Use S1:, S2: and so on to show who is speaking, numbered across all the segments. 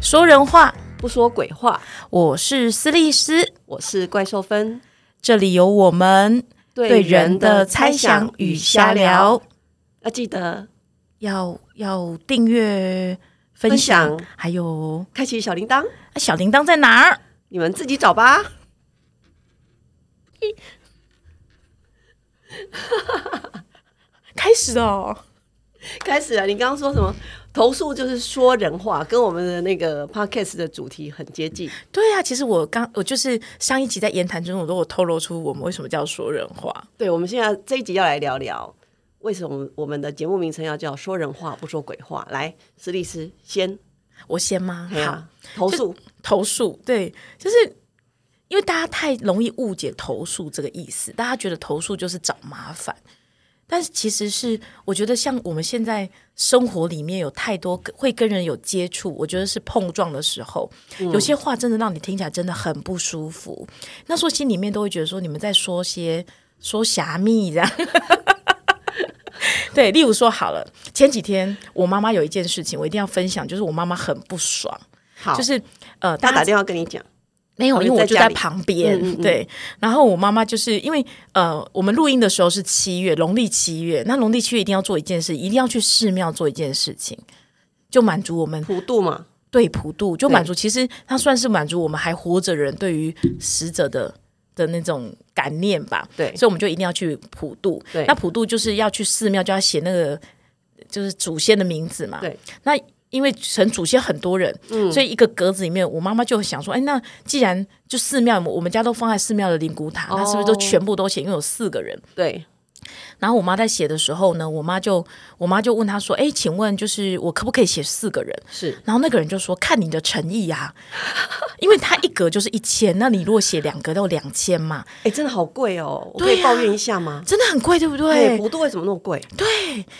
S1: 说人话，
S2: 不说鬼话。
S1: 我是斯利斯，
S2: 我是怪兽芬，
S1: 这里有我们对人的猜想与瞎聊。，
S2: 要记得
S1: 要要订阅、分
S2: 分
S1: 享，
S2: 享，
S1: 还有
S2: 开启小铃铛，
S1: 啊小铃铛在哪儿？
S2: 你们自己找吧。
S1: 开始哦，
S2: 开始了，你刚刚说什么？投诉就是说人话，跟我们的那个 podcast 的主题很接近。
S1: 对啊，其实我刚我就是上一集在言谈中，我都有透露出我们为什么叫说人话。
S2: 对，我们现在这一集要来聊聊，为什么我们的节目名称要叫“说人话不说鬼话”？来，史律师先，
S1: 我先吗？
S2: 哎
S1: 好，
S2: 呀，投诉，
S1: 投诉，对，就是因为大家太容易误解投诉这个意思，大家觉得投诉就是找麻烦，但是其实是我觉得像我们现在生活里面有太多跟会跟人有接触，我觉得是碰撞的时候，有些话真的让你听起来真的很不舒服，那时候心里面都会觉得说你们在说些说侠密这样。 对，例如说好了，前几天我妈妈有一件事情，我一定要分享，就是我妈妈很不爽，
S2: 好，
S1: 就是呃，
S2: 他
S1: 大家
S2: 打电话跟你讲，
S1: 没有，
S2: 哦
S1: 因为我
S2: 你在
S1: 就
S2: 家
S1: 在
S2: 里
S1: 旁边。
S2: 嗯嗯嗯
S1: 对，然后我妈妈就是因为呃，我们录音的时候是七月，农历七月，那农历七月一定要做一件事，一定要去寺庙做一件事情，就满足我们
S2: 普渡嘛，
S1: 对普渡，就满足。其实它算是满足我们还活着人对于死者的的那种感念吧。
S2: 对
S1: 所以我们就一定要去普渡。
S2: 对
S1: 那普渡就是要去寺庙，就要写那个就是祖先的名字嘛。
S2: 对，嗯
S1: 那。因为神祖先很多人，所以一个格子里面，我妈妈就想说，哎，那既然就寺庙，我们家都放在寺庙的灵骨塔，那是不是都
S2: 哦
S1: 全部都写？因为有四个人，
S2: 对，
S1: 然后我妈在写的时候呢，我妈就我妈就问她说，哎，请问就是我可不可以写四个人？
S2: 是
S1: 然后那个人就说：“看你的诚意啊， 因为他一格就是一千，那你如果写两格都两千嘛，
S2: 哎、真的好贵哦！我可
S1: 对
S2: 以
S1: 呀
S2: 抱怨一下吗？
S1: 真的很贵，对不
S2: 哎、
S1: 对？
S2: 普渡为什么那么贵？
S1: 对，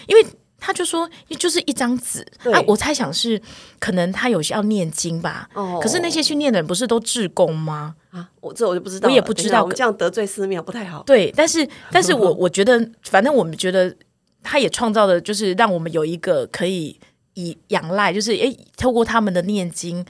S1: 因为他就说就是一张纸
S2: 对
S1: 啊，我猜想是可能他有些要念经吧。
S2: 哦
S1: 可是那些去念的人不是都志工吗？
S2: 啊，我这我就不知道了，
S1: 我也不知道
S2: 等一下我们这样得罪寺庙不太好。
S1: 对，但是 但是我我觉得，反正我们觉得他也创造了，就是让我们有一个可以以仰赖，就是诶，透过他们的念经，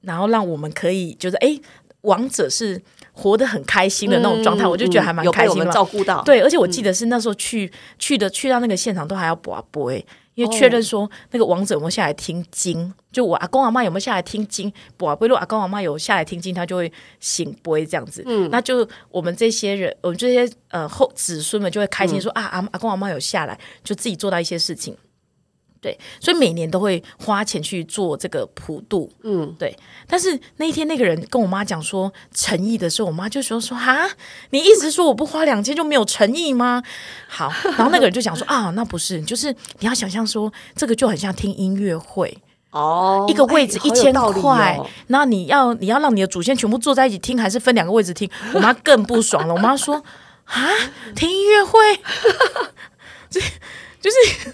S1: 然后让我们可以就是诶，王者是活得很开心的那种状态，
S2: 嗯
S1: 我就觉得还蛮
S2: 有
S1: 开
S2: 被我
S1: 心
S2: 们
S1: 的。
S2: 照顾到。，
S1: 对，而且我记得是那时候去、去的去到那个现场都还要播啊播诶，因为确认说那个王者有没有下来听经，就我阿公阿妈有没有下来听经，播啊播。如果阿公阿妈有下来听经，他就会醒播这样子。那就我们这些人，我们这些呃后子孙们就会开心说、啊，阿阿公阿妈有下来，就自己做到一些事情。对，所以每年都会花钱去做这个普渡，嗯，对。但是那一天那个人跟我妈讲说诚意的时候，我妈就说说哈，你意思说我不花两千就没有诚意吗？好，然后那个人就讲 说啊，那不是，就是你要想象说这个就很像听音乐会，
S2: 哦，
S1: 一个位置
S2: 哎
S1: 一千
S2: 好有道
S1: 块
S2: 理哦，
S1: 然后你要你要让你的祖先全部坐在一起听，还是分两个位置听？我妈更不爽了，我妈说啊，听音乐会， 就就是。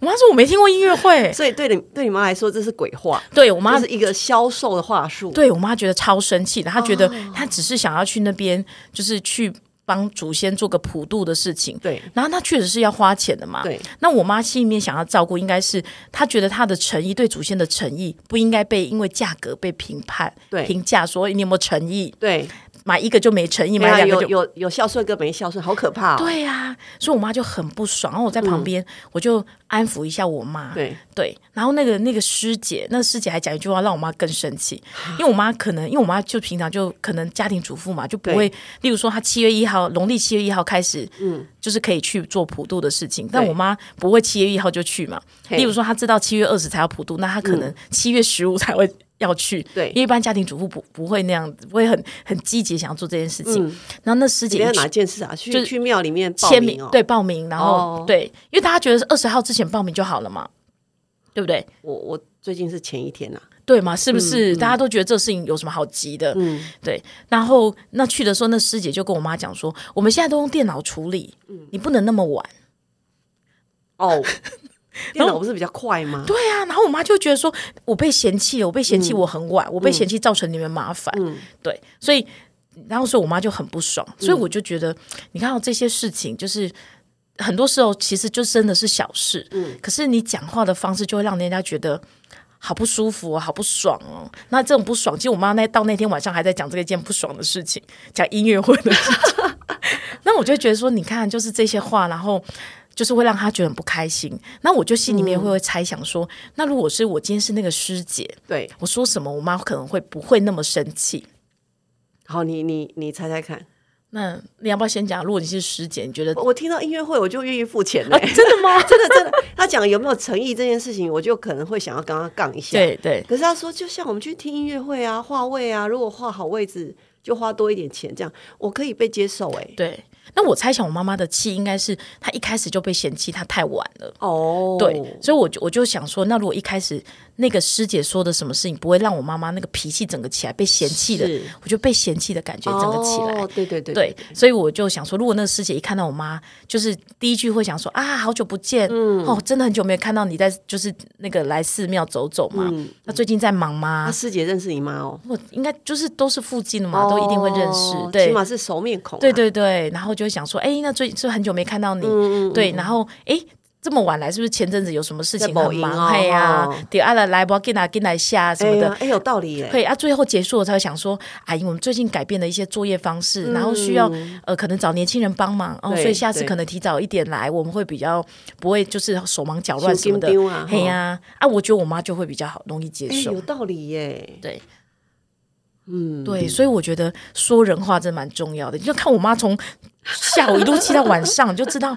S1: 我妈说我没听过音乐会，
S2: 所以对你对你妈来说，这是鬼话，
S1: 对我妈
S2: 这是一个销售的话术。
S1: 对我妈觉得超生气的，她觉得
S2: 哦
S1: 她只是想要去那边，就是去帮祖先做个普渡的事情。
S2: 对
S1: 然后她确实是要花钱的嘛。
S2: 对，
S1: 那我妈心里面想要照顾，应该是她觉得她的诚意对祖先的诚意不应该被因为价格被评判，
S2: 对
S1: 评价说你有没有诚意，
S2: 对，
S1: 买一个就没诚意，
S2: 没有
S1: 买两个
S2: 有
S1: 就。
S2: 有有孝顺跟没孝顺，好可怕、哦。
S1: 对呀、所以我妈就很不爽，然后我在旁边、我就安抚一下我妈，
S2: 对
S1: 对，然后那个那个师姐，那个师姐还讲一句话让我妈更生气，
S2: 啊
S1: 因为我妈可能因为我妈就平常就可能家庭主妇嘛，就不会，例如说她七月一号农历七月一号开始，嗯，就是可以去做普渡的事情，但
S2: 对
S1: 我妈不会七月一号就去嘛，
S2: 嘿嗯
S1: 例如说她知道七月二十才要普渡，那她可能七月十五才会。要去，
S2: 对
S1: 因为一般家庭主妇不不会那样子，不会很很积极想要做这件事情。然后那师姐
S2: 嗯你
S1: 一
S2: 要
S1: 去
S2: 哪件事啊？去、
S1: 就是
S2: 去庙里面报
S1: 签
S2: 名哦。，
S1: 对，报名，然后、
S2: 哦
S1: 对，因为大家觉得是二十号之前报名就好了嘛，对不对？
S2: 我我最近是前一天呐、
S1: 对嘛？是不是？大家都觉得这事情有什么好急的？
S2: 嗯
S1: 对。然后那去的时候，那师姐就跟我妈讲说，我们现在都用电脑处理，
S2: 嗯
S1: 你不能那么晚。
S2: 哦，电脑不是比较快吗？
S1: 嗯对啊，然后我妈就觉得说，我被嫌弃了，我被嫌弃我很晚，我被嫌弃造成你们麻烦，对，所以然后所以我妈就很不爽，所以我就觉得，你看到这些事情，就是很多时候其实就真的是小事，可是你讲话的方式就会让人家觉得好不舒服、哦，好不爽哦。那这种不爽，其实我妈那到那天晚上还在讲这一件不爽的事情，讲音乐会的事情。那我就觉得说，你看，就是这些话，然后就是会让她觉得很不开心。那我就心里面会会猜想说，那如果是我今天是那个师姐，
S2: 对，
S1: 我说什么，我妈可能会不会那么生气？
S2: 好，你你你猜猜看，
S1: 那你要不要先讲？如果你是师姐，你觉得、
S2: 我我听到音乐会我就愿意 付钱嘞、
S1: 啊真的吗？
S2: 真的真的，他讲有没有诚意这件事情，我就可能会想要跟他杠一下。
S1: 对对
S2: 可是他说，就像我们去听音乐会啊，画位啊，如果画好位置，就花多一点钱，这样我可以被接受哎、
S1: 对。那我猜想，我妈妈的气应该是她一开始就被嫌弃，她太晚了。
S2: 哦，
S1: 对，所以我就我就想说，那如果一开始那个师姐说的什么事情不会让我妈妈那个脾气整个起来被嫌弃的
S2: 是，
S1: 我就被嫌弃的感觉整个起来。
S2: 哦、对对对
S1: 对，所以我就想说，如果那个师姐一看到我妈，就是第一句会想说啊，好久不见，
S2: 嗯
S1: 哦，真的很久没有看到你在，就是那个来寺庙走走嘛。那最近在忙
S2: 嗯啊，
S1: 吗？
S2: 师姐认识你妈哦，
S1: 我应该就是都是附近的嘛，都一定会认识
S2: 哦。
S1: 对
S2: 起，码是熟面孔、啊。
S1: 对对对，然后就会想说，哎，那最是不是很久没看
S2: 嗯
S1: 到你，对，然后哎。这么晚来，是不是前阵子有什么事情
S2: 在某
S1: 很
S2: 营
S1: 忙？
S2: 哦
S1: 哎呀
S2: 哦，
S1: 对，阿来来不给来给来下什
S2: 哎
S1: 么的
S2: 呀，，哎、有道理耶、
S1: 对啊，最后结束我才会想说，阿姨，我们最近改变了一些作业方式，然后需要呃，可能找年轻人帮忙哦，
S2: 嗯对
S1: 所以下次
S2: 对
S1: 可能提早一点来，我们会比较不会就是手忙脚乱什么的
S2: 手紧张啊。
S1: 嘿呀，啊，我觉得我妈就会比较好，容易接
S2: 哎、
S1: 受
S2: 有。道理耶、
S1: 对
S2: 嗯，
S1: 对，所以我觉得说人话真蛮重要的。你就看我妈从下午一路气到晚上，你就知道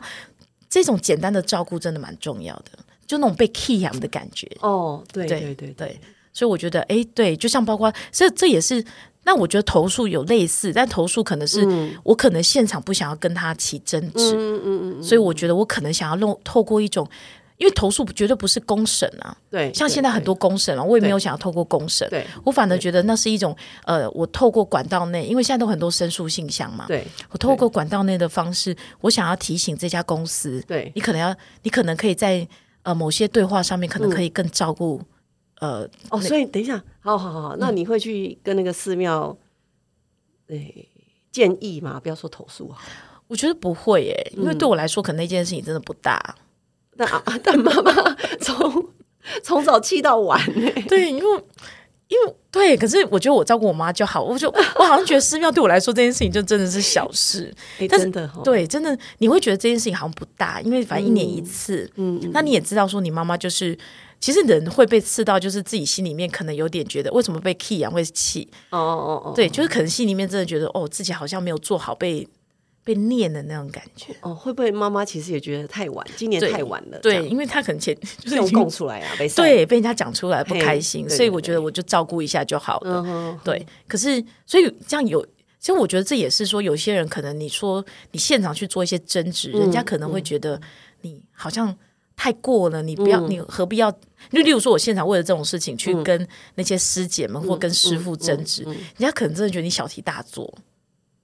S1: 这种简单的照顾真的蛮重要的，就那种被 key 养的感觉。
S2: 哦，对对对对，
S1: 对，所以我觉得，哎，对，就像包括这，这也是，那我觉得投诉有类似，但投诉可能是、
S2: 嗯
S1: 我可能现场不想要跟他起争执，嗯嗯嗯，所以我觉得我可能想要弄透过一种，因为投诉绝对不是公审啊，
S2: 对
S1: 像
S2: 对
S1: 现在很
S2: 对
S1: 多公审啊，我也没有
S2: 对
S1: 想要透过公审，
S2: 对
S1: 我反而觉得那是一种，呃，我透过管道内，因为现在都很多申诉信箱嘛，
S2: 对
S1: 我透过管道内的方式，我想要提醒这家公司，
S2: 对
S1: 你可能要，你可能可以在呃某些对话上面，
S2: 嗯
S1: 可能可以更照顾、呃
S2: 哦，所以等一下，好好好
S1: 嗯
S2: 好，那你会去跟那个寺庙，哎、建议嘛？不要说投诉啊，
S1: 我觉得不会耶，因为对我来说，可能那件事情真的不大。
S2: 但啊但妈妈从 从早气到晚、欸，
S1: 对，因为因为对，可是我觉得我照顾我妈就好，我就我好像觉得寺庙对我来说这件事情就真的是小事。
S2: 哎、
S1: 但是
S2: 真的哈、哦，
S1: 对，真的你会觉得这件事情好像不大，因为反正一年一次。嗯，那你也知道说你妈妈就是。其实人会被刺到，就是自己心里面可能有点觉得，为什么被 key 啊会气？
S2: 哦哦哦，
S1: 对，就是可能心里面真的觉得，哦，自己好像没有做好被被念的那种感觉。
S2: 哦，会不会妈妈其实也觉得太晚，今年
S1: 对
S2: 太晚了，这
S1: 对，
S2: 样，
S1: 因为他可能前就是
S2: 这
S1: 已
S2: 种
S1: 经
S2: 供出来啊，被塞，
S1: 对，被人家讲出来不开心，
S2: 嘿对
S1: 所以
S2: 对
S1: 我觉得我就照顾一下就好了。
S2: 嗯哼，
S1: 对，可是所以这样有，其实我觉得这也是说，有些人可能你说你现场去做一些争执，
S2: 嗯
S1: 人家可能会觉得你好像太过了，你不
S2: 嗯
S1: 要，你何必要？就例如说，我现场为了这种事情去跟那些师姐们
S2: 嗯
S1: 或跟师傅争执，人家可能真的觉得你小题大做，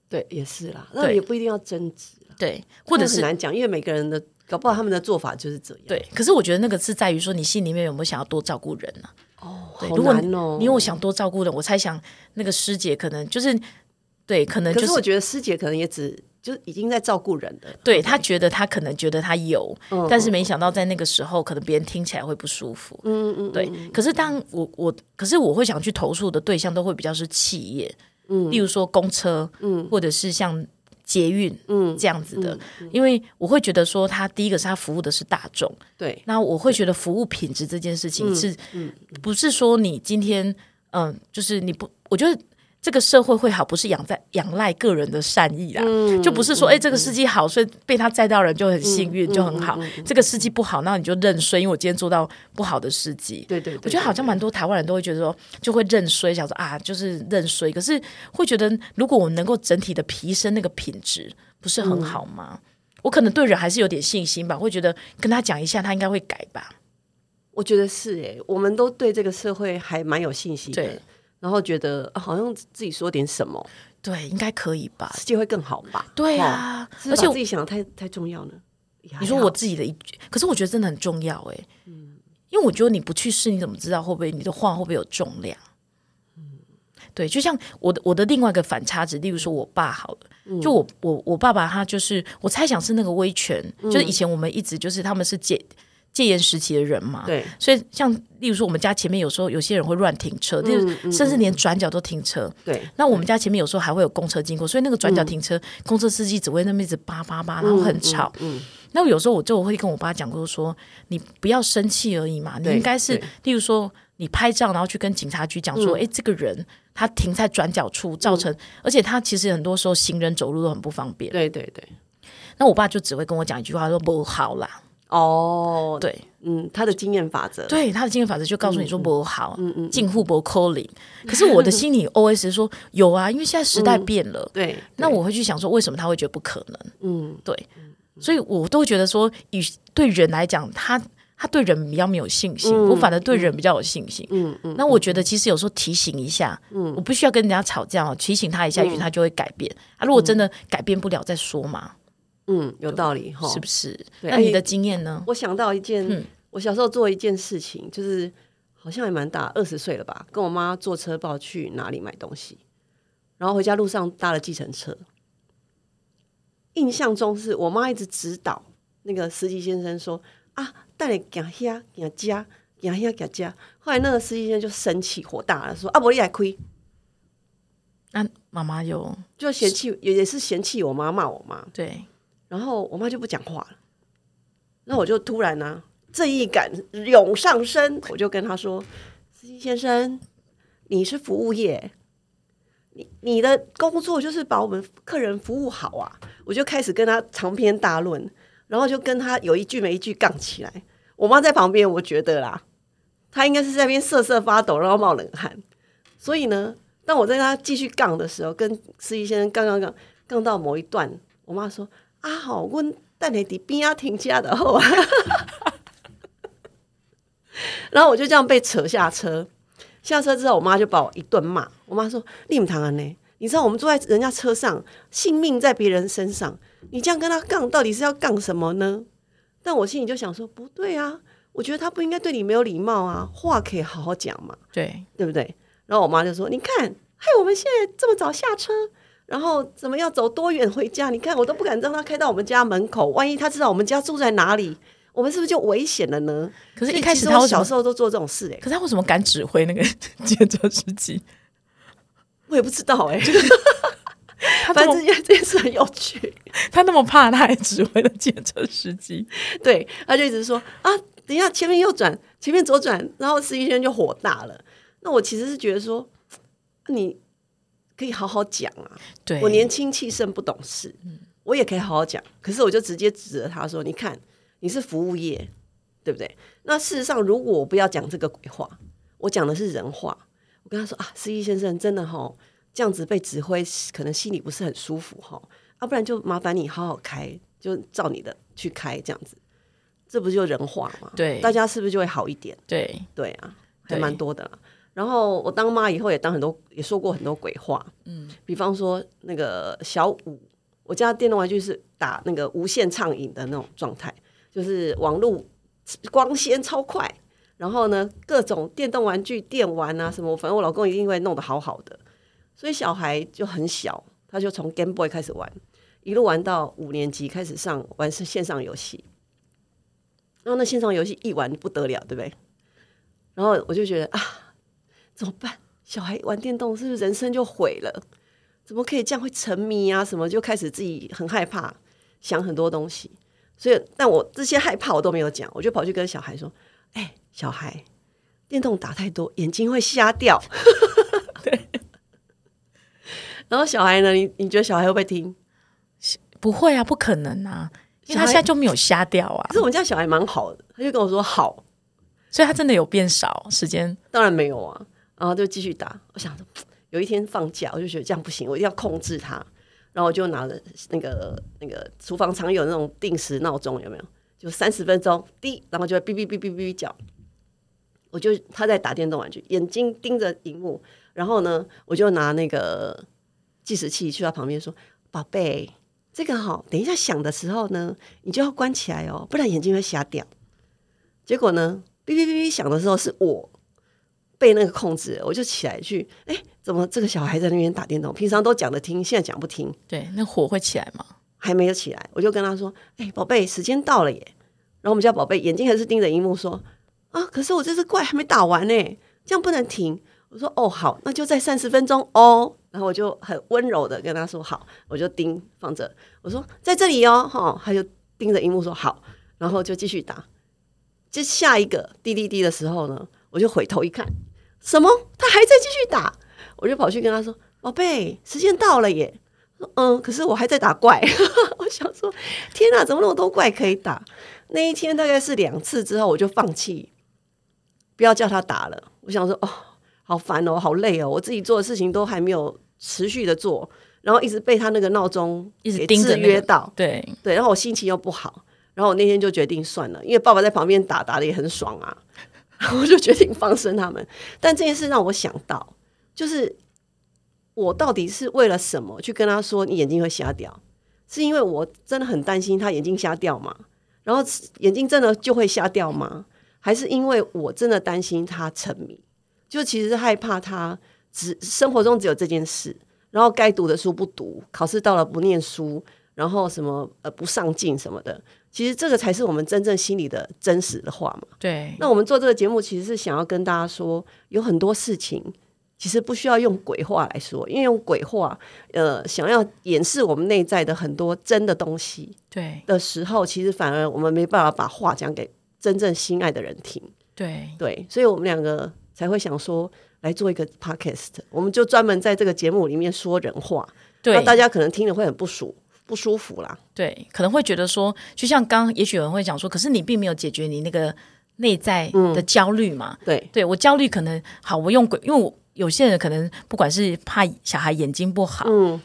S2: 对，也是啦，那
S1: 对
S2: 也不一定要争执，啊
S1: 对，或者
S2: 那很
S1: 是。
S2: 难讲，因为每个人的搞不好他们的做法就是这样，
S1: 对，可是我觉得那个是在于说你心里面有没有想要多照顾人啊？
S2: 哦，
S1: 对
S2: 好
S1: 如果
S2: 难哦，
S1: 你有想多照顾人，我猜想那个师姐可能就是对，可能就
S2: 可是我觉得师姐可能也只就已经在照顾人了，
S1: 对他觉得他可能觉得他有，但是没想到在那个时候，可能别人听起来会不舒服。嗯嗯，对。可是当我我，可是我会想去投诉的对象都会比较是企业，嗯，例如说公车，嗯，或者是像捷运，嗯，这样子的，因为我会觉得说他第一个是他服务的是大众，
S2: 对，
S1: 那我会觉得服务品质这件事情是，不是说你今天嗯、就是你不，我觉得。这个社会会好，不是仰在仰赖个人的善意啦，就不是说哎、这个司机好，所以被他载到人就很幸运，就很好；这个司机不好，那你就认衰，因为我今天做到不好的司机。
S2: 对对对
S1: 我觉得好像蛮多台湾人都会觉得说，就会认衰，想说啊，就是认衰。可是会觉得，如果我能够整体的提升那个品质，不是
S2: 嗯
S1: 很好吗？我可能对人还是有点信心吧，会觉得跟他讲一下，他应该会改吧。
S2: 我觉得是哎、我们都对这个社会还蛮有信心
S1: 对
S2: 的，然后觉得、啊好像自己说点什么，
S1: 对，应该可以吧？
S2: 世界会更好吧？
S1: 啊对
S2: 哦，
S1: 啊，
S2: 是
S1: 而且
S2: 把自己想的太太重要呢。也还
S1: 你说
S2: 好
S1: 我自己的一句，可是我觉得真的很重要哎、
S2: 嗯
S1: 因为我觉得你不去试，你怎么知道会不会你的话会不会有重量？
S2: 嗯
S1: 对，就像我的我的另外一个反差值，例如说我爸好了，就
S2: 嗯
S1: 我我我爸爸他就是我猜想是那个威权，就是以前我们一直就是他们是姐戒严时期的人嘛，
S2: 对，
S1: 所以像例如说我们家前面有时候有些人会乱停车，
S2: 嗯
S1: 就是甚至连转角都停车。
S2: 对，嗯
S1: 那我们家前面有时候还会有公车经过，所以那个转角停车，公车司机只会那么一直叭叭叭，然后很吵。
S2: 嗯，
S1: 那有时候我就会跟我爸讲过说，你不要生气而已嘛，你
S2: 对
S1: 应该是
S2: 对嗯
S1: 例如说你拍照，然后去跟警察局讲说，诶，这个人他停在转角处，造成，而且他其实很多时候行人走路都很不方便。
S2: 对对对。
S1: 那我爸就只会跟我讲一句话，他说不好啦，
S2: 哦，
S1: 对。
S2: 嗯，他的经验法则，
S1: 对，他的经验法则就告诉
S2: 嗯
S1: 你说不好，近乎不扣零。可是我的心里 OS 说有啊，因为现在时代
S2: 嗯
S1: 变了，
S2: 对，
S1: 那我会去想说为什么他会觉得不可能？
S2: 嗯，
S1: 对，所以我都觉得说，以对人来讲，他他对人比较没有信心，
S2: 嗯
S1: 我反而对人比较有信心。嗯嗯，那我觉得其实有时候提醒一下，嗯，我不需要跟人家吵架哦，提醒他一
S2: 嗯
S1: 下，也许他就会改变。啊，如果真的改变不了再说嘛，
S2: 嗯，有道理哈。
S1: 是不是？
S2: 对
S1: 那你的经验呢？
S2: 我想到一件，我小时候做一件事情，就是好像也蛮大，二十岁了吧，跟我妈坐车不知道去哪里买东西，然后回家路上搭了计程车。印象中是我妈一直指导那个司机先生说啊，带你行遐行家行遐行家。后来那个司机先生就生气火大了，说啊，我你来亏，哎
S1: 那啊妈妈有
S2: 就嫌弃也也是嫌弃我妈骂我妈。
S1: 对
S2: 然后我妈就不讲话了。那我就突然呢、啊正义感涌上身，我就跟她说：“司机先生，你是服务业，你你的工作就是把我们客人服务好啊。”我就开始跟她长篇大论，然后就跟她有一句没一句杠起来。我妈在旁边，我觉得啦，她应该是在那边瑟瑟发抖，然后冒冷汗。所以呢，当我在跟她继续杠的时候，跟司机先生杠杠杠杠到某一段，我妈说。啊吼，阮等下伫边啊停车的好啊。 然后我就这样被扯下车，下车之后我妈就把我一顿骂。我妈说：“你唔堂安呢？你知道我们坐在人家车上，性命在别人身上，你这样跟他杠，到底是要杠什么呢？”但我心里就想说，不对啊，我觉得他不应该对你没有礼貌啊，话可以好好讲嘛。
S1: 对
S2: 对不对？然后我妈就说：“你看，害我们现在这么早下车，然后怎么要走多远回家？你看我都不敢让他开到我们家门口，万一他知道我们家住在哪里，我们是不是就危险了呢？”
S1: 可是
S2: 所以
S1: 一开
S2: 其
S1: 始
S2: 实
S1: 他
S2: 我
S1: 为什
S2: 小
S1: 么
S2: 时候都做这种事、欸，哎，
S1: 可是他为什么敢指挥那个 建车司机？
S2: 我也不知道、欸，哎，
S1: 他
S2: 反
S1: 这
S2: 正
S1: 么
S2: 这件这件事很有趣。
S1: 他那么怕，他还指挥了建车司机。
S2: 对，他就一直说啊，等一下前面右转，前面左转，然后司机先生就火大了。那我其实是觉得说，你可以好好讲啊，
S1: 对，
S2: 我年轻气盛不懂事，我也可以好好讲。可是我就直接指着他说：“你看，你是服务业，对不对？那事实上，如果我不要讲这个鬼话，我讲的是人话，我跟他说啊，司机先生，真的哈、这样子被指挥，可能心里不是很舒服哈、要、不然就麻烦你好好开，就照你的去开，这样子，这不就人话吗？
S1: 对
S2: 大家是不是就会好一点？
S1: 对
S2: 对啊，还
S1: 对
S2: 蛮多的啦。然后我当妈以后也当很多，也说过很多鬼话，嗯，比方说那个小五，我家电动玩具是打那个无线畅饮的那种状态，就是网络光纤超快，然后呢各种电动玩具电玩啊什么，反正我老公一定会弄得好好的，所以小孩就很小，他就从 Game Boy 开始玩，一路玩到五年级开始上玩是线上游戏，然后那线上游戏一玩不得了，对不对？然后我就觉得啊，怎么办？小孩玩电动是不是人生就毁了？怎么可以这样会沉迷啊？什么就开始自己很害怕，想很多东西。所以，但我这些害怕我都没有讲，我就跑去跟小孩说：“哎、小孩，电动打太多，眼睛会瞎掉。” 然后小孩呢？你你觉得小孩会不会听？
S1: 不会啊，不可能啊，因为他
S2: 小孩
S1: 现在就没有瞎掉啊
S2: 可，是我们家小孩蛮好的，他就跟我说：“好。”
S1: 所以他真的有变少时间。
S2: 当然没有啊，然后就继续打。我想着有一天放假，我就觉得这样不行，我一定要控制它。然后我就拿了那个那个厨房常有那种定时闹钟，有没有？就三十分钟，滴，然后就会哔哔哔哔哔哔叫。我就他在打电动玩具，眼睛盯着荧幕，然后呢，我就拿那个计时器去他旁边说：“宝贝，这个哈、等一下响的时候呢，你就要关起来哦，不然眼睛会瞎掉。”结果呢，哔哔哔哔响的时候是我被那个控制了，我就起来去，哎，怎么这个小孩在那边打电动？平常都讲得听，现在讲不听，
S1: 对，那火会起来吗？
S2: 还没有起来，我就跟他说：“哎，宝贝，时间到了耶。”然后我们家宝贝眼睛还是盯着荧幕说：“啊，可是我这只怪还没打完呢、这样不能停。”我说：“哦，好，那就再三十分钟哦。”然后我就很温柔的跟他说：“好。”我就盯放着，我说：“在这里哦，哈、他就盯着荧幕说：“好。”然后就继续打。就下一个滴滴滴的时候呢，我就回头一看，什么？他还在继续打，我就跑去跟他说：“宝贝，时间到了耶。”他说嗯，可是我还在打怪， 我想说，天哪，怎么那么多怪可以打？那一天大概是两次之后，我就放弃，不要叫他打了。我想说，哦，好烦哦，好累哦，我自己做的事情都还没有持续的做，然后一直被他那个闹钟
S1: 一直
S2: 给
S1: 盯着
S2: 制
S1: 那个
S2: 约到，
S1: 对，
S2: 对，然后我心情又不好，然后我那天就决定算了，因为爸爸在旁边打打的也很爽啊， 然后我就决定放生他们。但这件事让我想到，就是我到底是为了什么去跟他说你眼睛会瞎掉？是因为我真的很担心他眼睛瞎掉吗？然后眼睛真的就会瞎掉吗？还是因为我真的担心他沉迷，就其实是害怕他只生活中只有这件事，然后该读的书不读，考试到了不念书，然后什么呃不上进什么的，其实这个才是我们真正心里的真实的话嘛。
S1: 对，
S2: 那我们做这个节目，其实是想要跟大家说，有很多事情其实不需要用鬼话来说，因为用鬼话，呃，想要掩饰我们内在的很多真的东西
S1: 对，
S2: 的时候，其实反而我们没办法把话讲给真正心爱的人听。
S1: 对，
S2: 对，所以我们两个才会想说来做一个 podcast，我们就专门在这个节目里面说人话，那
S1: 对，
S2: 大家可能听了会很不舒不舒服啦。
S1: 对，可能会觉得说，就像刚刚，也许有人会讲说，可是你并没有解决你那个内在
S2: 嗯
S1: 的焦虑嘛。
S2: 对，
S1: 对我焦虑可能好，我用鬼，因为我有些人可能不管是怕小孩眼睛不好，
S2: 嗯，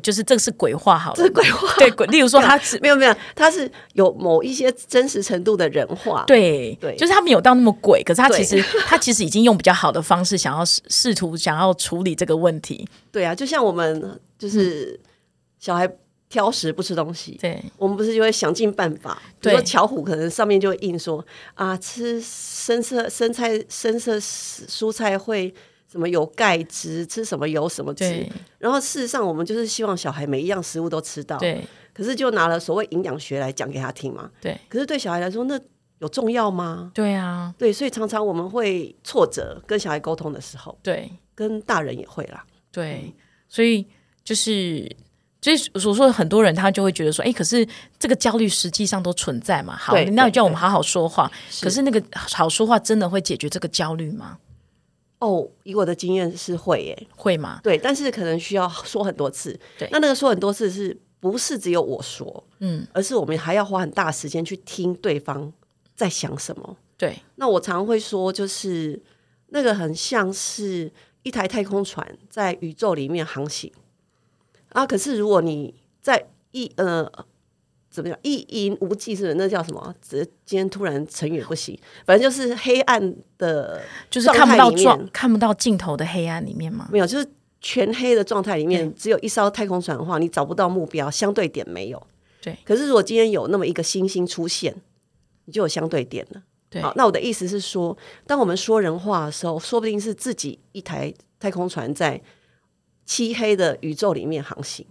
S1: 就是这个是鬼话好了，
S2: 这是鬼话。
S1: 对鬼，例如说他只
S2: 没有没有，他是有某一些真实程度的人话，
S1: 对
S2: 对
S1: 就是他没有到那么鬼，可是他
S2: 对
S1: 其实 他其实已经用比较好的方式，想要试试图想要处理这个问题。
S2: 对啊，就像我们就是小孩挑食不吃东西，
S1: 对
S2: 我们不是就会想尽办法，比如说
S1: 对
S2: 巧虎可能上面就会印说啊，吃深色生菜深色蔬菜会什么有钙质，吃什么有什么质
S1: 对。
S2: 然后事实上，我们就是希望小孩每一样食物都吃到，
S1: 对
S2: 可是就拿了所谓营养学来讲给他听嘛。
S1: 对
S2: 可是对小孩来说，那有重要吗？
S1: 对啊，
S2: 对，所以常常我们会挫折，跟小孩沟通的时候，
S1: 对。
S2: 跟大人也会啦。
S1: 对，
S2: 嗯
S1: 所以就是，所以所说很多人他就会觉得说，哎，可是这个焦虑实际上都存在嘛。好
S2: 对，
S1: 那
S2: 对
S1: 叫我们
S2: 对
S1: 好好说话。可是那个好说话真的会解决这个焦虑吗？
S2: 哦，以我的经验是会耶、
S1: 会吗？
S2: 对，但是可能需要说很多次。
S1: 对
S2: 那那个说很多次是不是只有我说？
S1: 嗯，
S2: 而是我们还要花很大时间去听对方在想什么。
S1: 对
S2: 那我常会说，就是那个很像是一台太空船在宇宙里面航行啊。可是如果你在一呃怎么样一营无际，是不是那叫什么？只是今天突然成语也不行，反正就是黑暗的，
S1: 就是看不到
S2: 状态里
S1: 状
S2: 面，
S1: 看不到尽头的黑暗里面吗？
S2: 没有，就是全黑的状态里面，只有一艘太空船的话，你找不到目标，相对点没有。
S1: 对
S2: 可是如果今天有那么一个星星出现，你就有相对点了。
S1: 对
S2: 好，那我的意思是说，当我们说人话的时候，说不定是自己一台太空船在漆黑的宇宙里面航行。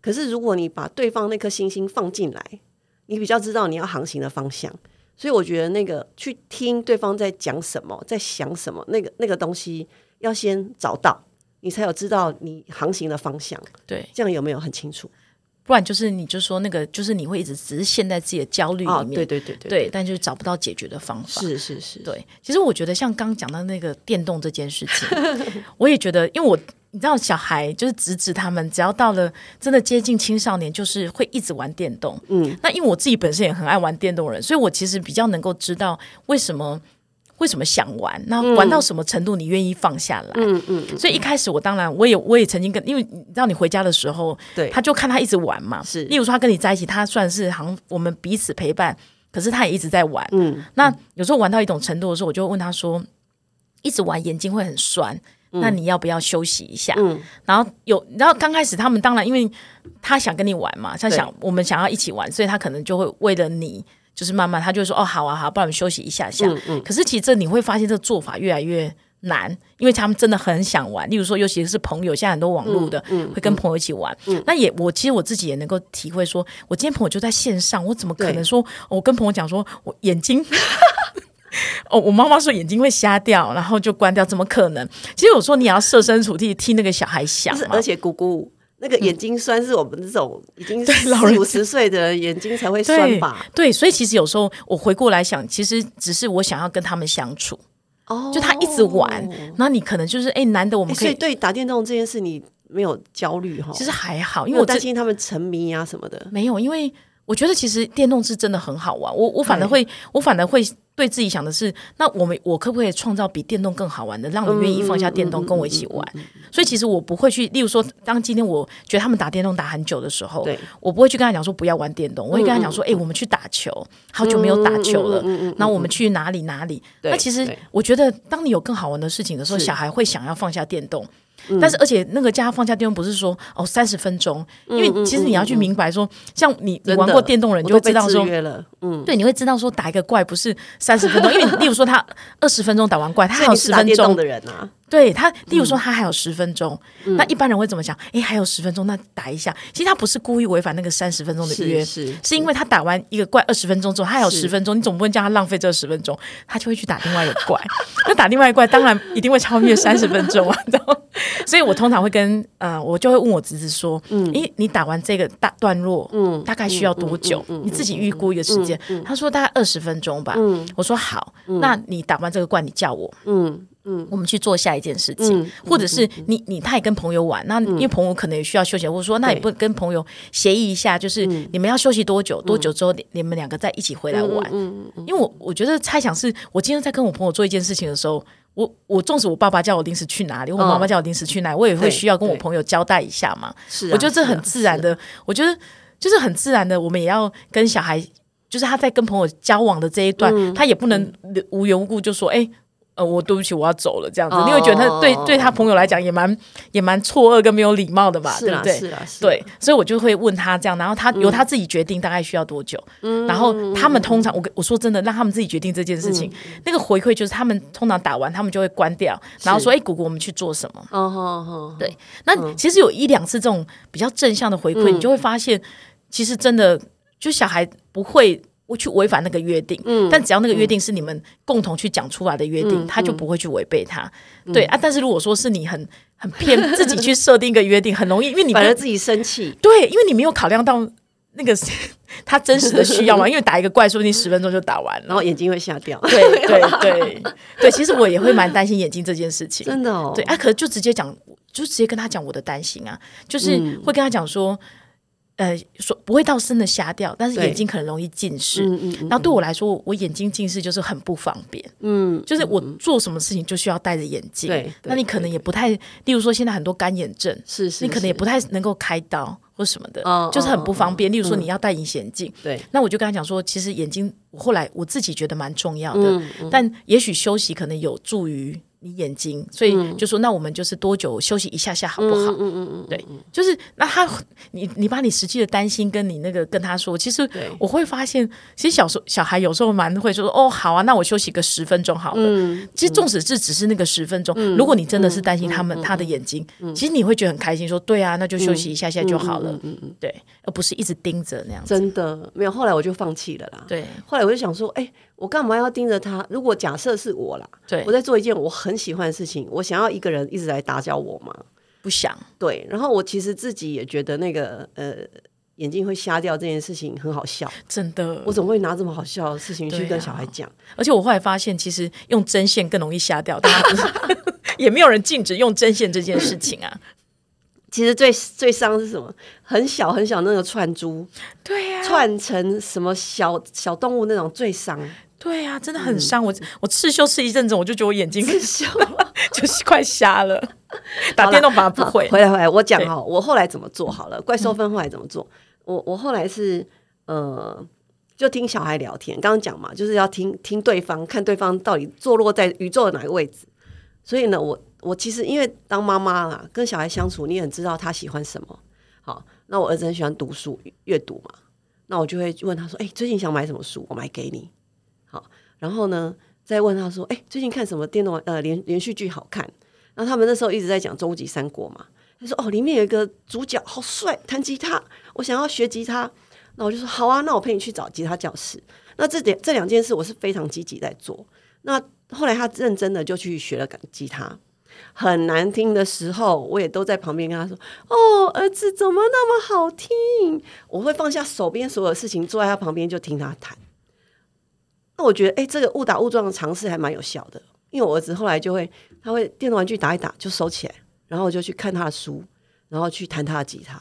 S2: 可是如果你把对方那颗星星放进来，你比较知道你要航行的方向。所以我觉得那个去听对方在讲什么，在想什么，那个那个东西要先找到，你才有知道你航行的方向。
S1: 对，
S2: 这样有没有很清楚？
S1: 不然就是你就说那个就是你会一直只是陷在自己的焦虑
S2: 啊，
S1: 里面，
S2: 对对对对，
S1: 对，但就是找不到解决的方法。
S2: 是是是，
S1: 对，其实我觉得像刚讲到那个电动这件事情， 我也觉得，因为我你知道，小孩就是侄子他们，只要到了真的接近青少年，就是会一直玩电动。嗯，那因为我自己本身也很爱玩电动的人，所以我其实比较能够知道为什么。为什么想玩？那玩到什么程度你愿意放下来？嗯嗯。所以一开始我当然我也我也曾经跟，因为你知道你回家的时候，
S2: 对
S1: 他就看他一直玩嘛。
S2: 是
S1: 例如说他跟你在一起，他算是好像我们彼此陪伴，可是他也一直在玩。嗯，那有时候玩到一种程度的时候，我就问他说：“一直玩眼睛会很酸，那你要不要休息一下？”
S2: 嗯
S1: 然后有，然后刚开始他们当然因为他想跟你玩嘛，他想我们想要一起玩，所以他可能就会为了你。
S2: 嗯
S1: 就是慢慢，他就会说哦，好啊，好啊，不然我们休息一下下。可是其实这你会发现，这做法越来越难，因为他们真的很想玩。例如说，尤其是朋友，现在很多网络的、
S2: 嗯
S1: 会跟朋友一起玩。那也我其实我自己也能够体会说，我今天朋友就在线上，我怎么可
S2: 对
S1: 能说哦我跟朋友讲说我眼睛？哦，我妈妈说眼睛会瞎掉，然后就关掉，怎么可能？其实我说你也要设身处地替那个小孩想
S2: 是
S1: 嘛嗯
S2: 而，且姑姑那个眼睛酸是我们这种已经
S1: 对老人
S2: 四五十岁的人眼睛才会酸
S1: 对
S2: 吧？
S1: 对，所以其实有时候我回过来想，其实只是我想要跟他们相处，
S2: 哦
S1: 就他一直玩，那、你可能就是哎，难得我
S2: 欸
S1: 们可
S2: 所
S1: 以，
S2: 以对打电动这件事你没有焦虑哈？
S1: 其实还好，因
S2: 因
S1: 为
S2: 为
S1: 我
S2: 我
S1: 这
S2: 担心他们沉迷啊什么的。
S1: 没有，因为我觉得其实电动是真的很好玩。我我反而
S2: 对
S1: 会，我反而会对自己想的是，那我们我可不可以创造比电动更好玩的，让你愿意
S2: 嗯
S1: 放下电动跟我一起玩？所以其实我不会去，例如说，当今天我觉得他们打电动打很久的时候，
S2: 对嗯
S1: 我不会去跟他讲说不要玩电动，我会跟他讲说，哎、我们去打球，好久没有打球了，然后我们去哪里哪里。
S2: 对
S1: 那其实
S2: 对
S1: 我觉得，当你有更好玩的事情的时候，小孩会想要放下电动。
S2: 嗯
S1: 但是，而且那个叫他放下电动，不是说哦三十分钟，因
S2: 嗯
S1: 为其实你要去明白说，像你你
S2: 真的
S1: 玩过电动人，你就
S2: 我
S1: 会
S2: 都被
S1: 知道说
S2: 制，约了，嗯，
S1: 对，你会知道说打一个怪不是三十分钟，因为 你例如说他二十分钟打完怪，他还
S2: 所以
S1: 有
S2: 你是
S1: 十
S2: 打
S1: 分
S2: 电动
S1: 钟，
S2: 的人嗯啊，
S1: 对他，例如说他还有十分钟，那一般人会怎么想？诶，还有十分钟，那打一下。其实他不是故意违反那个三十分钟的约，
S2: 是是
S1: 是因为他打完一个怪二十分钟之后，他还有
S2: 是
S1: 十分钟，你总不能叫他浪费这十分钟，他就会去打另外一个怪。 那打另外一个怪，当然一定会超越三十分钟啊， 你知道吗？所以我通常会跟呃，我就会问我侄子说，嗯，诶，你打完这个大段落，嗯，大概需要多久？你自己预估一个时间。他说大概二十分钟吧。我说好，那你打完这个怪，你叫我。我们去做下一件事
S2: 嗯
S1: 情，或者是你你他也跟朋友玩，那因为朋友可能也需要休息，或者说那也不跟朋友协议一下，就是
S2: 嗯
S1: 你们要休息多久，多久之后你你们两个再一起回来
S2: 嗯
S1: 玩。因为我我觉得猜想是我今天在跟我朋友做一件事情的时候，我我纵使我爸爸叫我临时去哪里，我妈妈叫我临时去哪里，我也会
S2: 嗯对
S1: 需要跟我
S2: 对
S1: 朋友交代一下嘛。
S2: 是啊，
S1: 我觉得这
S2: 是啊
S1: 很自然的，我觉得就是很自然的，我们也要跟小孩，就是他在跟朋友交往的这一段，
S2: 嗯
S1: 他也不能无缘无故就说，哎、呃，我对不起，我要走了这样子，
S2: 哦
S1: 你会觉得他对对他朋友来讲也蛮也蛮错愕跟没有礼貌的嘛，
S2: 是
S1: 对
S2: 啦
S1: 不对
S2: 是？啦，是啦啊嗯
S1: 对，所以我就会问他这样，然后他由他自己决定大概需要多久，然后他们
S2: 嗯
S1: 通常我跟我说真的，让他们自己决定这件事情，那个回馈就是他们通常打完他们就会关掉，然后说，哎、姑姑，我们去做什么？
S2: 哦吼吼，对，嗯
S1: 那其实有一两次这种比较正向的回馈，你就会发现，其实真的就小孩不会去违反那个约定，
S2: 嗯
S1: 但只要那个约定是你们共同去讲出来的约定，他
S2: 嗯
S1: 就不会去违背它。对啊，但是如果说是你很很 偏自己去设定一个约定，很容易，因为你没
S2: 反
S1: 有
S2: 而自己生气，
S1: 对，因为你没有考量到那个 他真实的需要 嘛，因为打一个怪，说不定十分钟就打完
S2: 然
S1: 了。
S2: 后眼睛会瞎掉，
S1: 对 对对对，其实我也会蛮担心眼睛这件事情。
S2: 真的哦，
S1: 对，啊，可是就直接讲，就直接跟他讲我的担心啊，就是
S2: 嗯
S1: 会跟他讲说，呃，说不会到真的瞎掉，但是
S2: 对
S1: 眼睛可能容易近视。
S2: 嗯，嗯嗯
S1: 然后对我来说，我眼睛近视就是很不方便，
S2: 嗯，
S1: 就是我做什么事情就需要戴着眼镜。
S2: 对对
S1: 那你可能也不太，例如说现在很多干眼症，
S2: 是是，
S1: 你可能也
S2: 是
S1: 不太能够开刀或什么的，
S2: 哦
S1: 就是很
S2: 哦
S1: 不方便。例如说你要戴隐形眼镜，
S2: 对，
S1: 那我就跟他讲说，其实眼睛，我后来我自己觉得蛮重要的，
S2: 嗯
S1: 但也许休息可能有助于你眼睛，所以就说、那我们就是多久休息一下下好不好？
S2: 嗯嗯嗯，
S1: 对，就是那他你你把你实际的担心跟你那个跟他说，其实
S2: 对
S1: 我会发现，其实小时候小孩有时候蛮会说哦好啊，那我休息个十分钟好了。
S2: 嗯
S1: 其实纵使是只是那个十分钟，如果你真的是担心他
S2: 嗯
S1: 们、他的眼睛，其实你会觉得很开心说对啊，那就休息一下下就好
S2: 嗯
S1: 了，对，而不是一直盯着那样子。
S2: 真的没有，后来我就放弃了啦，
S1: 对
S2: 后来我就想说，哎、我干嘛要盯着他？如果假设是我啦，
S1: 对
S2: 我，在做一件我很喜欢的事情，我想要一个人一直来打搅我嘛。
S1: 不想。
S2: 对，然后我其实自己也觉得那个呃眼睛会瞎掉这件事情很好笑，
S1: 真的
S2: 我，怎么会拿这么好笑的事情去
S1: 对
S2: 跟
S1: 啊
S2: 小孩讲？
S1: 而且我后来发现，其实用针线更容易瞎掉，大家不是 也没有人禁止用针线这件事情 啊。
S2: 其实最最伤是什么？很小很小那个串珠，啊
S1: 对呀、
S2: 串成什么小小动物那种 最伤，
S1: 对呀、真的
S2: 嗯
S1: 很伤、我。我刺绣刺一阵子，我就觉得我眼 睛
S2: 小。
S1: 就是快瞎了。打电动反而不会
S2: 好，回来回来，我讲
S1: 对嗯
S2: 哈，我后来怎么做好了？怪兽分后来怎么做？我我后来是呃，就听小孩聊天，刚刚讲嘛，就是要听听对方，看对方到底坐落在宇宙的哪个位置。所以呢，我我其实因为当妈妈啦，跟小孩相处，你很知道他喜欢什么。好，那我儿子很喜欢读书阅读嘛，那我就会问他说：“哎、最近想买什么书？我买给你。”好，然后呢，在问他说：“哎、最近看什么电动玩呃连连续剧好看？”然后他们那时候一直在讲《终极三国》嘛，他说：“哦，里面有一个主角好帅，弹吉他，我想要学吉他。”那我就说：“好啊，那我陪你去找吉他教室。”那这点这两件事我是非常积极在做。那后来他认真的就去学了感吉他。很难听的时候，我也都在旁边跟他说：“哦，儿子怎么那么好听？”我会放下手边所有事情，坐在他旁边就听他弹。那我觉得，哎、这个误打误撞的尝试还蛮有效的，因为我儿子后来就会，他会电动玩具打一打就收起来，然后我就去看他的书，然后去弹他的吉他，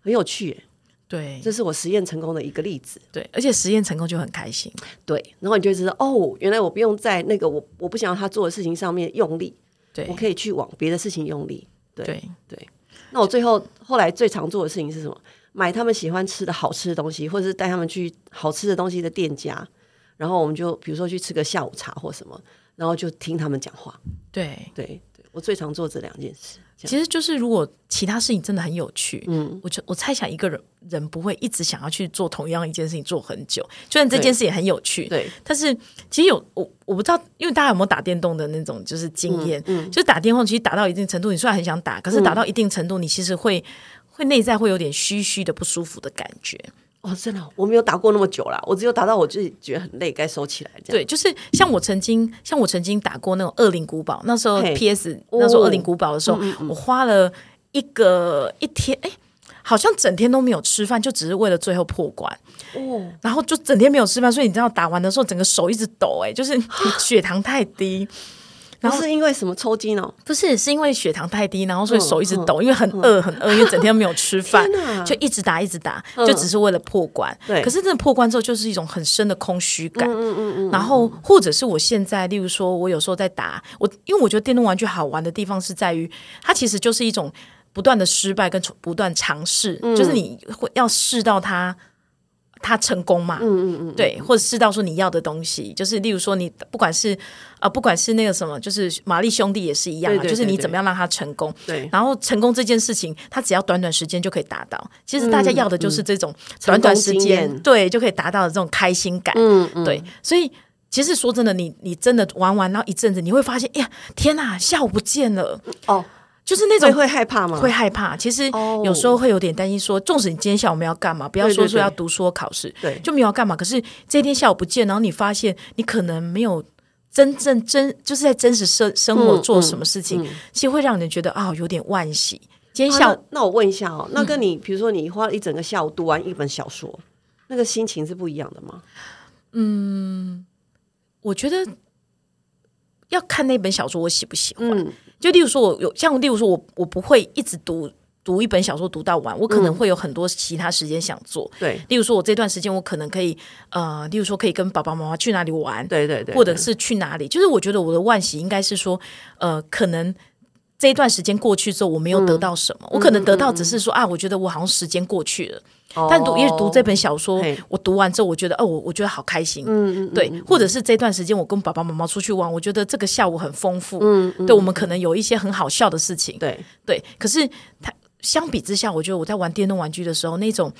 S2: 很有趣耶。
S1: 对
S2: 这是我实验成功的一个例子。
S1: 对，而且实验成功就很开心。
S2: 对，然后你就会知道，哦，原来我不用在那个我我不想要他做的事情上面用力，
S1: 对
S2: 我可以去往别的事情用力。对
S1: 对，
S2: 那我最后后来最常做的事情是什么？买他们喜欢吃的好吃的东西，或者是带他们去好吃的东西的店家，然后我们就比如说去吃个下午茶或什么，然后就听他们讲话。
S1: 对，
S2: 对对，我最常做这两件事。这样
S1: 其实就是如果其他事情真的很有趣，嗯，我就我猜想一个人人不会一直想要去做同样一件事情做很久，虽然这件事也很有趣，
S2: 对
S1: 但是其实有我我不知道，因为大家有没有打电动的那种就是经验，
S2: 嗯
S1: 就是打电动其实打到一定程度，你虽然很想打，可是打到一定程度，你其实会会内在会有点虚虚的不舒服的感觉。
S2: 哦，真的哦、我没有打过那么久啦，我只有打到我自己觉得很累，该收起来这样。
S1: 对，就是像我曾经，像我曾经打过那种《恶灵古堡》，那时候
S2: 嘿
S1: PS，
S2: 哦嗯
S1: 那时候《恶灵古堡》的时候，我花了一个一天，哎，好像整天都没有吃饭，就只是为了最后破关。
S2: 哦，
S1: 然后就整天没有吃饭，所以你知道打完的时候，整个手一直抖、哎，就是 血糖太低。
S2: 不是因为什么抽筋哦，
S1: 不是，是因为血糖太低，然后所以
S2: 嗯
S1: 手一直抖，因为很饿，很饿，因为整天都没有吃饭
S2: 天哪，
S1: 就一直打，一直打，就只是为了破关。
S2: 对
S1: 可是真的破关之后，就是一种很深的空虚感。嗯嗯嗯。然后，或者是我现在，例如说，我有时候在打我，因为我觉得电动玩具好玩的地方是在于，它其实就是一种不断的失败跟不断尝试，就是你会要试到它。它成功嘛？嗯嗯嗯，对，或者试到说你要的东西，就是例如说你不管是啊、呃不管是那个什么，就是玛丽兄弟也是一样啊，
S2: 对对
S1: 就是你
S2: 对对
S1: 怎么样让它成功，
S2: 对，
S1: 然后成功这件事情，它只要短短时间就可以达到。其实大家要的就是这种短短时
S2: 嗯成功经
S1: 间，
S2: 验
S1: 对，就可以达到的这种开心感。
S2: 嗯嗯，
S1: 对，所以其实说真的，你你真的玩完然后一阵子，你会发现，哎呀，天哪，下午不见了，
S2: 哦，
S1: 就是那
S2: 会
S1: 种。
S2: 会害怕吗？啊
S1: 会害怕，其实
S2: 哦
S1: 有时候会有点担心说纵使你今天下午没有干嘛，不要
S2: 对对
S1: 说说
S2: 对
S1: 要读书或考试，
S2: 对
S1: 就没有要干嘛。可是这天下午不见，然后你发现你可能没有真正真就是在真实生生活
S2: 嗯
S1: 做
S2: 嗯
S1: 什么事情，其实会让人觉得啊、有点惋惜。今天
S2: 啊
S1: 下午
S2: 那那我问一下哦，那跟你比如说你花了一整个下午读完一本小说，那个心情是不一样的吗？
S1: 我觉得要看那本小说我喜不喜欢。
S2: 嗯
S1: 就例如说，我有像例如说我我不会一直读读一本小说读到完，我可
S2: 嗯
S1: 能会有很多其他时间想做。
S2: 对
S1: 例如说，我这段时间我可能可以呃，例如说可以跟爸爸妈妈去哪里玩，
S2: 对对对，
S1: 或者是去哪里。就是我觉得我的万喜应该是说，呃，可能。这一段时间过去之后，我没有得到什么，我可能得到只是说、啊，我觉得我好像时间过去了。
S2: 哦
S1: 但读因为读这本小说
S2: 嘿，
S1: 我读完之后，我觉得哦，我我觉得好开心，嗯嗯，对，或者是这段时间我跟爸爸妈妈出去玩，我觉得这个下午很丰富，嗯，对我们可能有一些很好笑的事情，
S2: 对
S1: 对，可是它相比之下，我觉得我在玩电动玩具的时候，那种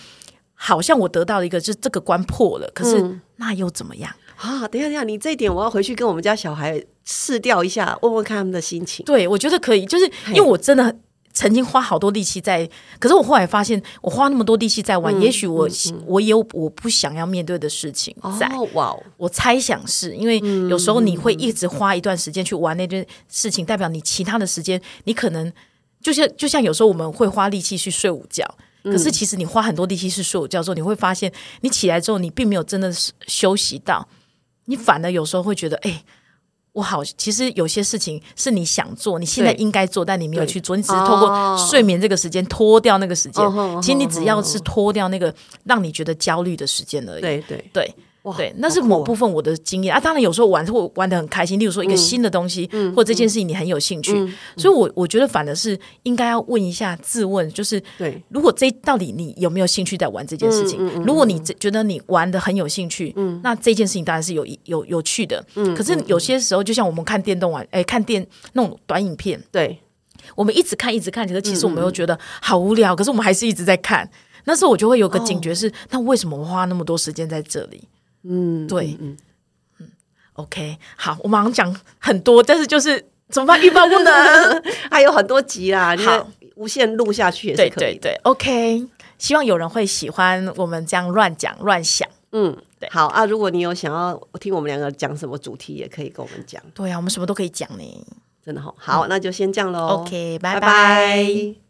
S1: 好像我得到了一个，就是这个关破了，可是那又怎么样？
S2: 啊，等一下等一下，你这一点我要回去跟我们家小孩试调一下，问问看他们的心情。
S1: 对，我觉得可以，就是因为我真的曾经花好多力气在，可是我后来发现，我花那么多力气在玩，也许我、我也有我不想要面对的事情在。
S2: 哦，哇哦，
S1: 我猜想是因为
S2: 嗯
S1: 有时候你会一直花一段时间去玩那件事情，代表你其他的时间你可能就像就像有时候我们会花力气去睡午觉。
S2: 嗯
S1: 可是其实你花很多力气去睡午觉之后，你会发现你起来之后，你并没有真的是休息到，你反而有时候会觉得，哎、我好，其实有些事情是你想做，你现在
S2: 对
S1: 应该做，但你没有
S2: 对
S1: 去做，你只是透过
S2: 哦
S1: 睡眠这个时间拖掉那个时间
S2: 哦吼。
S1: 其实你只要是拖掉那个让你觉得焦虑的时间而已。
S2: 对对，
S1: 对
S2: 哇
S1: 对，那
S2: 好
S1: 是
S2: 酷
S1: 某
S2: 哦
S1: 部分我的经验啊。当然，有时候玩会玩的很开心，例如说一个
S2: 嗯
S1: 新的东西，或这件事情你很有兴趣，所以我我觉得反而是应该要问一下，自问就是。
S2: 对嗯
S1: 如果这到底你有没有兴趣在玩这件事情？如果你这觉得你玩的很有兴趣，那这件事情当然是有有有趣的。
S2: 嗯
S1: 可是有些时候，就像我们看电动玩，哎、看电那种短影片，
S2: 对，
S1: 我们一直看一直看，可是其实
S2: 嗯
S1: 我们又觉得好无聊，可是我们还是一直在看。那时候我就会有个
S2: 哦嗯
S1: 警觉是，那为什么我花那么多时间在这里？嗯，对， OK，好，我马上讲很多，但是就是怎么办？欲罢不能。
S2: 还有很多集啦，你
S1: 好
S2: 无限录下 去也是
S1: 对
S2: 可
S1: 对
S2: 以的。
S1: 对，OK，希望有人会喜欢我们这样乱讲乱想。
S2: 嗯
S1: 对，
S2: 好啊。如果你有想要听我们两个讲什么主题，也可以跟我们讲，
S1: 对呀、啊，我们什么都可以讲呢。
S2: 真的好。好，那就先这样喽。
S1: OK，拜
S2: 拜
S1: 拜
S2: 拜